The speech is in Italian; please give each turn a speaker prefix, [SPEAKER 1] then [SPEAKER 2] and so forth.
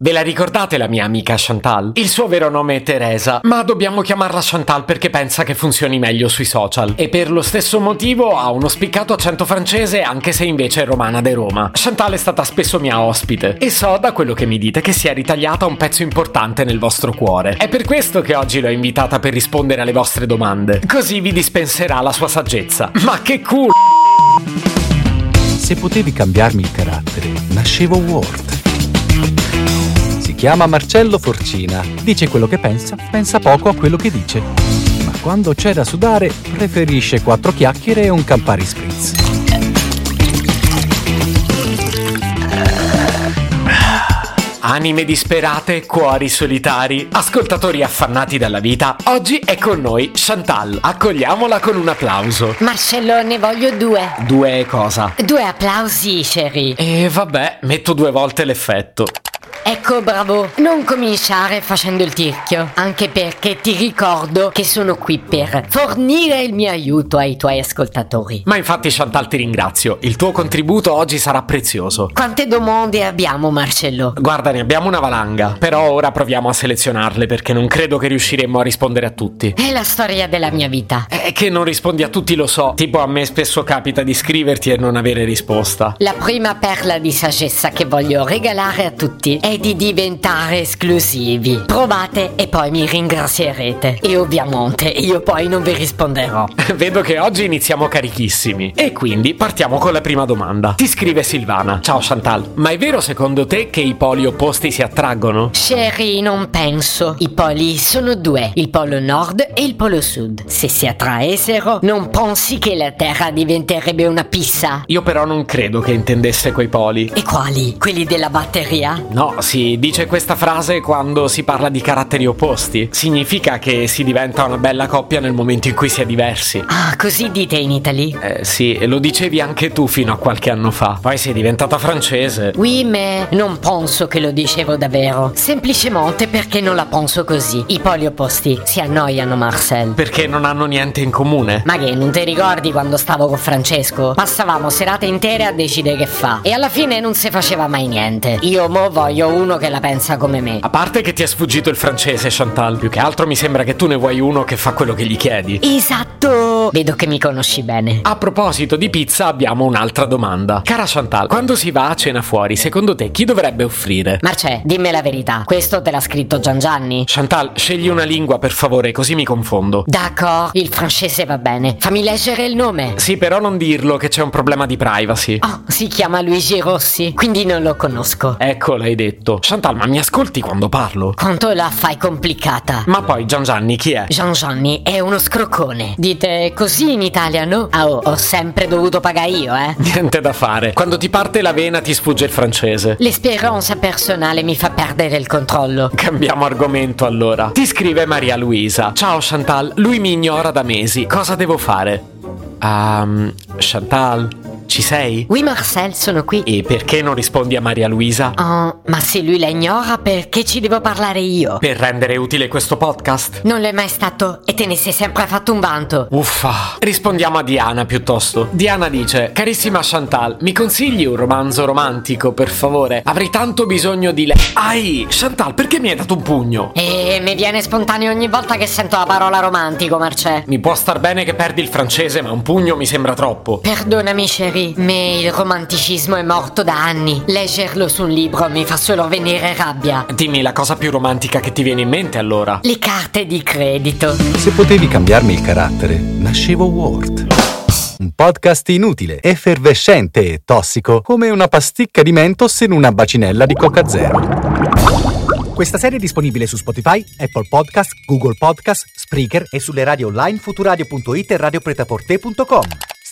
[SPEAKER 1] Ve la ricordate la mia amica Chantal? Il suo vero nome è Teresa, ma dobbiamo chiamarla Chantal perché pensa che funzioni meglio sui social. E per lo stesso motivo ha uno spiccato accento francese anche se invece è romana de Roma. Chantal è stata spesso mia ospite e so da quello che mi dite che si è ritagliata un pezzo importante nel vostro cuore. È per questo che oggi l'ho invitata per rispondere alle vostre domande. Così vi dispenserà la sua saggezza. Ma che culo!
[SPEAKER 2] Se potevi cambiarmi il carattere, nascevo Word. Si chiama Marcello Forcina. Dice quello che pensa, pensa poco a quello che dice. Ma quando c'è da sudare, preferisce quattro chiacchiere e un Campari Spritz.
[SPEAKER 1] Anime disperate, cuori solitari, ascoltatori affannati dalla vita, oggi è con noi Chantal. Accogliamola con un applauso.
[SPEAKER 3] Marcello, ne voglio due.
[SPEAKER 1] Due cosa?
[SPEAKER 3] Due applausi, Sherry.
[SPEAKER 1] E vabbè, metto due volte l'effetto.
[SPEAKER 3] Ecco, bravo. Non cominciare facendo il tirchio, anche perché ti ricordo che sono qui per fornire il mio aiuto ai tuoi ascoltatori.
[SPEAKER 1] Ma infatti Chantal ti ringrazio, il tuo contributo oggi sarà prezioso.
[SPEAKER 3] Quante domande abbiamo, Marcello?
[SPEAKER 1] Guarda, ne abbiamo una valanga, però ora proviamo a selezionarle perché non credo che riusciremmo a rispondere a tutti.
[SPEAKER 3] È la storia della mia vita.
[SPEAKER 1] È che non rispondi a tutti lo so, tipo a me spesso capita di scriverti e non avere risposta.
[SPEAKER 3] La prima perla di saggezza che voglio regalare a tutti è di diventare esclusivi. Provate e poi mi ringrazierete. E ovviamente io poi non vi risponderò.
[SPEAKER 1] Vedo che oggi iniziamo carichissimi e quindi partiamo con la prima domanda. Ti scrive Silvana. Ciao Chantal, ma è vero secondo te che i poli opposti si attraggono?
[SPEAKER 3] Sherry, non penso. I poli sono due, il polo nord e il polo sud. Se si attraessero, non pensi che la Terra diventerebbe una pissa?
[SPEAKER 1] Io però non credo che intendesse quei poli.
[SPEAKER 3] E quali? Quelli della batteria?
[SPEAKER 1] No, si dice questa frase quando si parla di caratteri opposti. Significa che si diventa una bella coppia nel momento in cui si è diversi.
[SPEAKER 3] Ah, così dite in Italy?
[SPEAKER 1] Eh sì, e lo dicevi anche tu fino a qualche anno fa. Poi sei diventata francese.
[SPEAKER 3] Oui, ma non penso che lo dicevo davvero. Semplicemente perché non la penso così. I poli opposti si annoiano, Marcel.
[SPEAKER 1] Perché non hanno niente in comune.
[SPEAKER 3] Ma che non ti ricordi quando stavo con Francesco? Passavamo serate intere a decidere che fa. E alla fine non si faceva mai niente. Io mo voglio uno che la pensa come me.
[SPEAKER 1] A parte che ti è sfuggito il francese, Chantal, più che altro mi sembra che tu ne vuoi uno che fa quello che gli chiedi.
[SPEAKER 3] Esatto! Vedo che mi conosci bene.
[SPEAKER 1] A proposito di pizza abbiamo un'altra domanda. Cara Chantal, quando si va a cena fuori, secondo te chi dovrebbe offrire?
[SPEAKER 3] Marcè, dimmi la verità. Questo te l'ha scritto Gian Gianni?
[SPEAKER 1] Chantal, scegli una lingua per favore, così mi confondo.
[SPEAKER 3] D'accordo, il francese va bene. Fammi leggere il nome.
[SPEAKER 1] Sì, però non dirlo che c'è un problema di privacy.
[SPEAKER 3] Oh, si chiama Luigi Rossi, quindi non lo conosco.
[SPEAKER 1] Ecco, l'hai detto. Chantal, ma mi ascolti quando parlo?
[SPEAKER 3] Quanto la fai complicata.
[SPEAKER 1] Ma poi Gian Gianni chi è?
[SPEAKER 3] Gian Gianni è uno scroccone. Dite così in Italia, no? Ah, oh, ho sempre dovuto pagare io, eh.
[SPEAKER 1] Niente da fare. Quando ti parte la vena ti sfugge il francese.
[SPEAKER 3] L'esperienza personale mi fa perdere il controllo.
[SPEAKER 1] Cambiamo argomento allora. Ti scrive Maria Luisa. Ciao Chantal, lui mi ignora da mesi. Cosa devo fare? Ehm, Chantal, ci sei?
[SPEAKER 3] Oui, Marcel, sono qui.
[SPEAKER 1] E perché non rispondi a Maria Luisa?
[SPEAKER 3] Oh, ma se lui la ignora, perché ci devo parlare io?
[SPEAKER 1] Per rendere utile questo podcast?
[SPEAKER 3] Non l'è mai stato e te ne sei sempre fatto un vanto.
[SPEAKER 1] Uffa. Rispondiamo a Diana piuttosto. Diana dice: Carissima Chantal, mi consigli un romanzo romantico, per favore? Avrei tanto bisogno di lei. Ai, Chantal, perché mi hai dato un pugno?
[SPEAKER 3] E mi viene spontaneo ogni volta che sento la parola romantico, Marcè.
[SPEAKER 1] Mi può star bene che perdi il francese, ma un pugno mi sembra troppo.
[SPEAKER 3] Perdonami, Sherry, ma il romanticismo è morto da anni. Leggerlo su un libro mi fa solo venire rabbia.
[SPEAKER 1] Dimmi la cosa più romantica che ti viene in mente allora.
[SPEAKER 3] Le carte di credito.
[SPEAKER 2] Se potevi cambiarmi il carattere, nascevo Word. Un podcast inutile, effervescente e tossico, come una pasticca di mentos in una bacinella di Coca Zero. Questa serie è disponibile su Spotify, Apple Podcast, Google Podcast, Spreaker e sulle radio online futuradio.it e radiopretaporte.com.